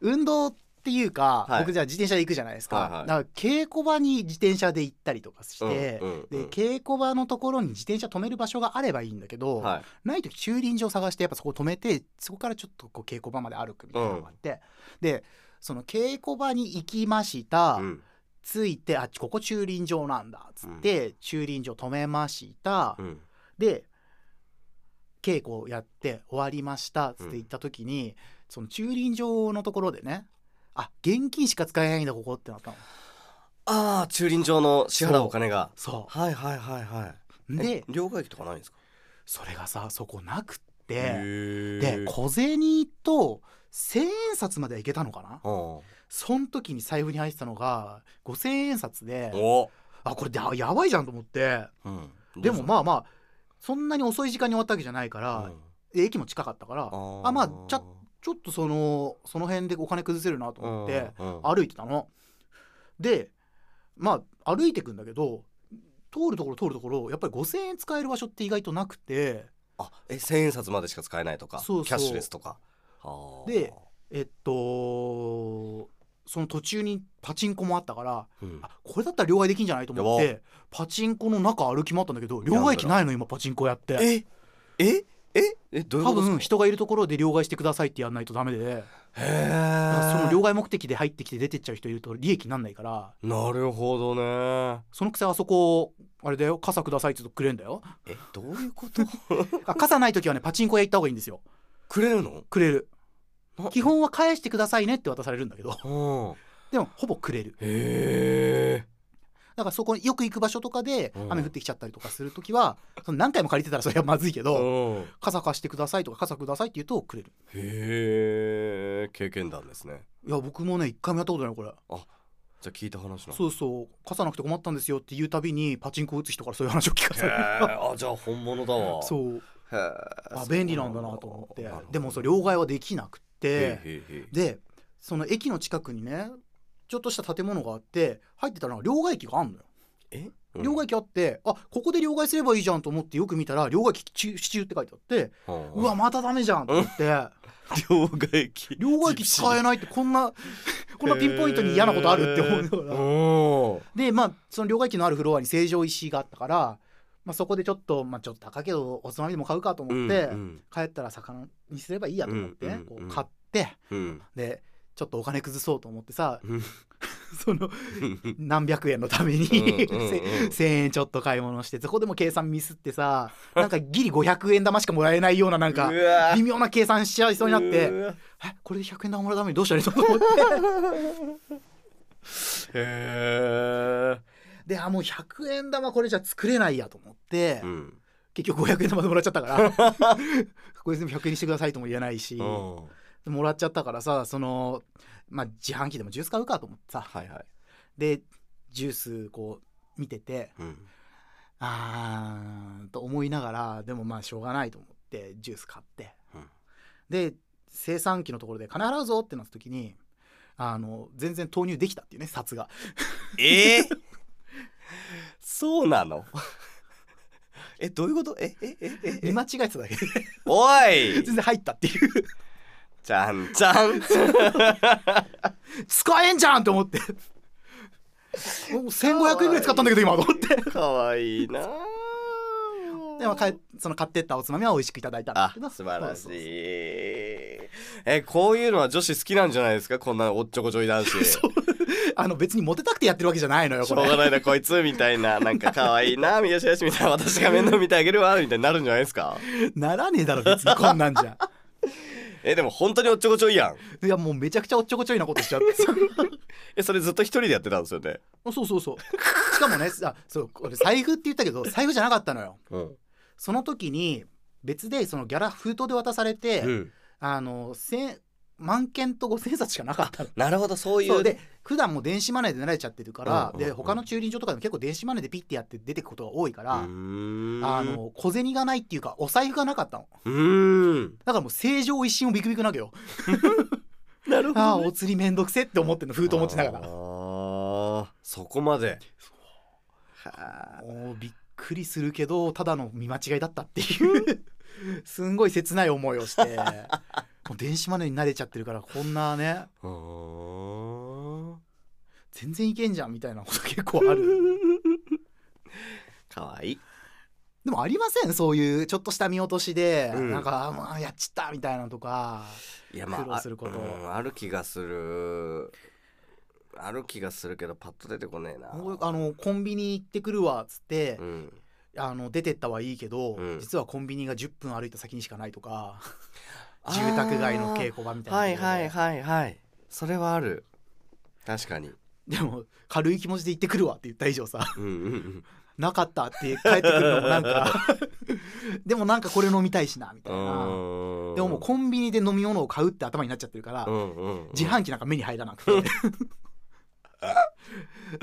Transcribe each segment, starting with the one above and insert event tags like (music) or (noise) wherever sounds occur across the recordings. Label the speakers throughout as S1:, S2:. S1: 運動っていうか、
S2: はい
S1: 僕じゃあ自転車で行くじゃないですか,、
S2: はいは
S1: だ
S2: い
S1: から稽古場に自転車で行ったりとかして、
S2: うんうんうん
S1: で稽古場のところに自転車止める場所があればいいんだけど、
S2: はい
S1: ないと駐輪場探してやっぱそこ止めてそこからちょっとこう稽古場まで歩くみたいなのがあって、でその稽古場に行きました、
S2: うん
S1: 着いてあここ駐輪場なんだっつって、駐輪場止めました、
S2: うん
S1: で稽古をやって終わりましたっつって言った時に、その駐輪場のところでねあ現金しか使えないんだここってなったの
S2: ああ駐輪場の支払うお金が
S1: そ
S2: はいはいはいは
S1: う
S2: い
S1: で
S2: え両替機とかないんですか
S1: (laughs) それがさそこなくって
S2: で
S1: で小銭と千円札まではいけたのかな
S2: お
S1: その時に財布に入ってたのが五千円札で
S2: お
S1: あこれだやばいじゃんと思って
S2: うん
S1: でもまあまあそんなに遅い時間に終わったわけじゃないか
S2: あ
S1: ら、で駅も近かったからあまあちゃちょっとそのその辺でお金崩せるなと思って
S2: あ
S1: 歩いてたの。でまあ歩いてくんだけど通るところ通るところやっぱり5,000円使える場所って意外となくて
S2: あえ千円札までしか使えないとか
S1: そうそう
S2: キャッシュレスとかあー
S1: でえっとその途中にパチンコもあったから
S2: うん
S1: あこれだったら両替できんじゃないと思っ
S2: や
S1: てパチンコの中歩き回ったんだけど
S2: ギャンブ
S1: 両
S2: ラ
S1: 替
S2: ー
S1: 機ないの今パチンコやって
S2: ええええどういう
S1: 多
S2: こと
S1: 分
S2: ですか
S1: 人がいるところで両替してくださいってやんないとダメで
S2: へ
S1: だ
S2: え
S1: からその両替目的で入ってきて出てっちゃう人いると利益になんないから
S2: なるほどね
S1: そのくせあそこあれだよ傘くださいって言うとくれんだよ
S2: えどういうこと (laughs)
S1: あ傘ない時はねパチンコ屋行った方がいいんですよ
S2: くれるの
S1: くれる
S2: な
S1: 基本は返してくださいねって渡されるんだけど (laughs)
S2: うん
S1: でもほぼくれる
S2: へえ
S1: だからそこによく行く場所とかで
S2: うん
S1: 雨降ってきちゃったりとかする時はその何回も借りてたらそれはまずいけど
S2: うんへ
S1: 傘貸してくださいとか傘くださいって言うとくれる
S2: え経験談ですね
S1: いや僕もね一回もやったことないこれ
S2: じゃあ聞いた話なの
S1: そうそう傘なくて困ったんですよって言うたびにパチンコ打つ人からそういう話を聞か
S2: (laughs)
S1: さ
S2: へ
S1: れる
S2: ーあじゃあ本物だわう
S1: そう
S2: へえ
S1: あ便利なんだなと思って
S2: なるほど
S1: でもそう両替はできなくて
S2: へーへーへー
S1: でその駅の近くにねちょっとした建物があって入ってたら両替機があんのよ
S2: え
S1: 両替機あってあここで両替すればいいじゃんと思ってよく見たら両替機中支中って書いてあって
S2: うん
S1: うわまたダメじゃんと思って
S2: 両替機
S1: (laughs) 両替機使えないってこん
S2: (laughs)
S1: なこんなピンポイントに嫌なことあるって思うから
S2: よ
S1: でまあその両替機のあるフロアに成城石井があったから、まあ、そこでちょっと、まあ、ちょっと高いけどおつまみでも買うかと思って、帰ったら魚にすればいいやと思ってね、
S2: うんうんう
S1: こう
S2: ん
S1: 買って
S2: うん
S1: でちょっとお金崩そうと思ってさ
S2: うん
S1: (laughs) その何百円のために
S2: うんうんうん
S1: (laughs) せ1,000円ちょっと買い物してそこでも計算ミスってさなんかギリ500円玉しかもらえない (laughs) ようななんか
S2: うわ
S1: 微妙な計算しちゃいそうになって
S2: うわ
S1: えこれで100円玉もらうためにどうしたらいいのと思って
S2: (laughs) へ
S1: であもう100円玉これじゃ作れないやと思って
S2: え、うん
S1: 結局500円玉でもらっちゃったから (laughs) これ全部100円にしてくださいとも言えないし、
S2: うん
S1: もらっちゃったからさその、まあ、自販機でもジュース買うかと思ってさ
S2: はいはい
S1: でジュースこう見てて
S2: うん
S1: あーと思いながらでもまあしょうがないと思ってジュース買って、
S2: うん
S1: で生産機のところで金払うぞってなった時にあの全然投入できたっていうね札が
S2: えー、そうなのえどういうことええええ
S1: 見
S2: え
S1: 間違えてただけ (laughs) で
S2: おい
S1: 全然入ったっていう
S2: じゃんじゃん
S1: 使えんじゃんと思ってもう1500円ぐらい使ったんだけど今と思って
S2: かわいいな
S1: でもかえその買ってったおつまみは美味しくいただいたんだ
S2: あ
S1: けど
S2: 素晴らしい
S1: そうそうそう
S2: えこういうのは女子好きなんじゃないですかこんなおっちょこちょい男子しょ
S1: あの別にモテたくてやってるわけじゃないのよこ
S2: う
S1: れ
S2: がないなこいつみたいななんかかわいいな宮下よしみたいな私が面倒見てあげるわみたいになるんじゃないですか
S1: ならねえだろ別にこんなんじゃ
S2: えでも本当におっちょこちょいやん
S1: いやもうめちゃくちゃおっちょこちょいなことしちゃってさ
S2: えそれずっと一人でやってたんですよね
S1: あそうそうそうしかもね (laughs) あそうこれ財布って言ったけど財布じゃなかったのよ
S2: うん、
S1: その時に別でそのギャラ封筒で渡されて、あの千万件と五千冊しかなかったの
S2: なるほどそういう
S1: そうで普段も電子マネーで慣れちゃってるから、
S2: うんうんうん
S1: で他の駐輪場とかでも結構電子マネーでピッてやって出てくことが多いか
S2: う
S1: ら、
S2: ーん
S1: あの小銭がないっていうかお財布がなかったの
S2: うーん
S1: だからもう正常一心をビクビクなわけよ
S2: (laughs) なるほ
S1: ああ
S2: ど、ね、
S1: お釣りめんどくせって思ってんの封筒持ちなが
S2: あ
S1: ら
S2: ーそこまではあ
S1: もうびっくりする
S2: (laughs)
S1: けどただの見間違いだったっていうすんごい切ない思いをして (laughs) もう電子マネーに慣れちゃってるからこんなね
S2: うーん
S1: 全然いけんじゃんみたいなこと結構ある
S2: かわいい
S1: でもありませんそういうちょっとした見落としで、
S2: うん
S1: なんかあもうやっちったみたいなのとか
S2: いやまあ
S1: 苦労すること
S2: あ,、うんある気がするある気がするけどパッと出てこねえな
S1: もうあのコンビニ行ってくるわっつって
S2: う、ん、
S1: あの出てったはいいけど、
S2: うん
S1: 実はコンビニが10分歩いた先にしかないとか住宅街の稽
S2: 景
S1: 古場みたいな
S2: はいはい
S1: い
S2: はいはいそれはある確かに
S1: でも軽い気持ちで行ってくるわって言った以上さ
S2: うんうんうん
S1: なかったって帰ってくるのもなんか (laughs) でもなんかこれ飲みたいしなみたいなでももうコンビニで飲み物を買うって頭になっちゃってるから、
S2: うんうんうん
S1: 自販機なんか目に入らなくて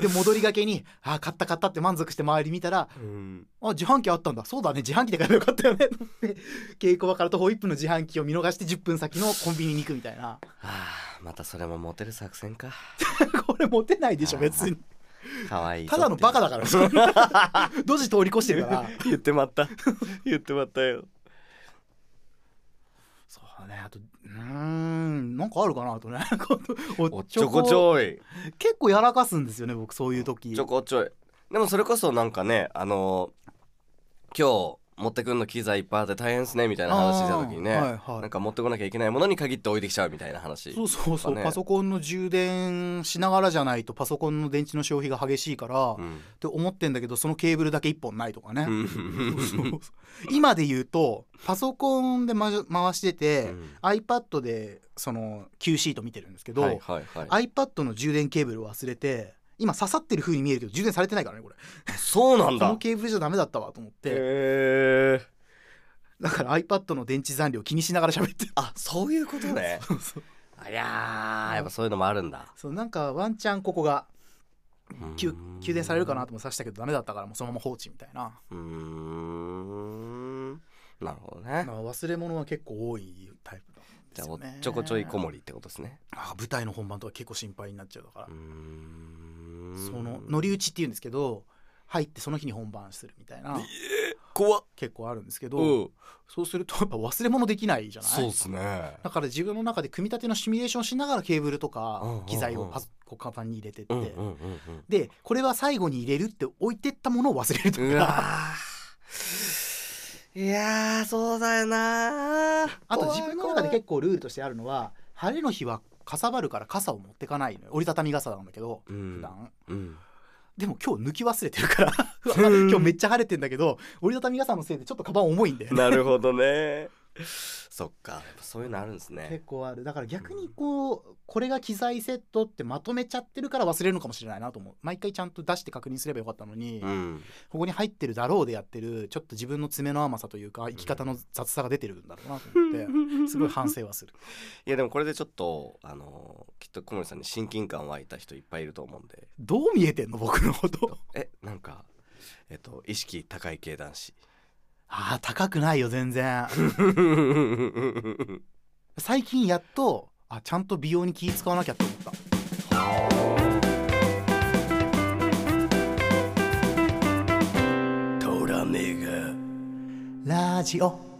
S1: (laughs) で戻りがけに「あー買った買った」って満足して周り見たら
S2: うん
S1: 「あ自販機あったんだそうだね自販機で買えばよかったよね」と思って稽古場から徒歩1分の自販機を見逃して10分先のコンビニに行くみたいな
S2: はあまたそれもモテる作戦か
S1: これモテないでしょ別に
S2: かわいい
S1: ただのバカだからそれ (laughs) ドジ通り越してるから
S2: 言ってまった言ってまったよ
S1: そうねあとうーんなんかあるかなあとね (laughs) お
S2: おっちょこちょい
S1: 結構やらかすんですよね僕そういう時
S2: ちょこちょいでもそれこそなんかねあのー今日持ってくんの機材いっぱいあって大変ですねみたいな話した時にね、
S1: あーはいはい
S2: なんか持ってこなきゃいけないものに限って置いてきちゃうみたいな話
S1: そうそうそう、
S2: とかね
S1: パソコンの充電しながらじゃないとパソコンの電池の消費が激しいから、っ
S2: ん
S1: て思ってんだけどそのケーブルだけ1本ないとかね、
S2: うん
S1: そうそう今で言うとパソコンで、ま、回してて、
S2: うん
S1: iPad でその Q シート見てるんですけど、
S2: はいはいはい
S1: iPad の充電ケーブルを忘れて今刺さってる風に見えるけど充電されてないからねこれ
S2: あそうなん
S1: この
S2: だ
S1: ケーブルじゃダメだったわと思って
S2: へえ
S1: だから iPad の電池残量気にしながら喋ってる
S2: あそういうことね
S1: (laughs) そうそう
S2: いやーやっぱそういうのもあるんだ
S1: そうなんかワンチャンここが給
S2: うん
S1: 給電されるかなとも刺したけどダメだったからもうそのまま放置みたいな
S2: うーんなるほどね
S1: なんか忘れ物は結構多いタイプなんです
S2: じゃあお
S1: よ
S2: っ
S1: ね
S2: ちょこちょいこもりってことですね
S1: あ舞台の本番とか結構心配になっちゃうだから
S2: うー、ん
S1: その乗り打ちっていうんですけど入ってその日に本番するみたいな
S2: 怖っ
S1: 結構あるんですけど、
S2: うん
S1: そうするとやっぱ忘れ物できないじゃない
S2: そうですね
S1: だから自分の中で組み立てのシミュレーションしながらケーブルとか
S2: うんうんうん
S1: 機材をパソコンカバンに入れてって、
S2: うんうんうんうん
S1: でこれは最後に入れるって置いてったものを忘れると
S2: う
S1: か
S2: わーいやーそうだよなー
S1: (laughs) あと自分の中で結構ルールとしてあるのは晴れの日はかさばるから傘を持ってかないのよ折りたたみ傘なんだけど
S2: うん
S1: 普段、
S2: うん
S1: でも今日抜き忘れてるから (laughs) 今日めっちゃ晴れてんだけど折りたたみ傘のせいでちょっとカバン重いんだよね
S2: なるほどねそっかやっぱそういうのあるんですね
S1: (laughs) 結構あるだから逆にこうこれが機材セットってまとめちゃってるから忘れるのかもしれないなと思う毎回ちゃんと出して確認すればよかったのに、
S2: うん
S1: ここに入ってるだろうでやってるちょっと自分の爪の甘さというか生き方の雑さが出てるんだろうなと (laughs) 思ってすごい反省はする
S2: いやでもこれでちょっとあのーきっと小森さんに親近感湧いた人いっぱいいると思うんで
S1: どう見えてんの僕のこと
S2: えなんかえっと意識高い系男子
S1: ああ高くないよ全然最近やっとあちゃんと美容に気使わなきゃって思った
S2: トラメが
S1: ラジオ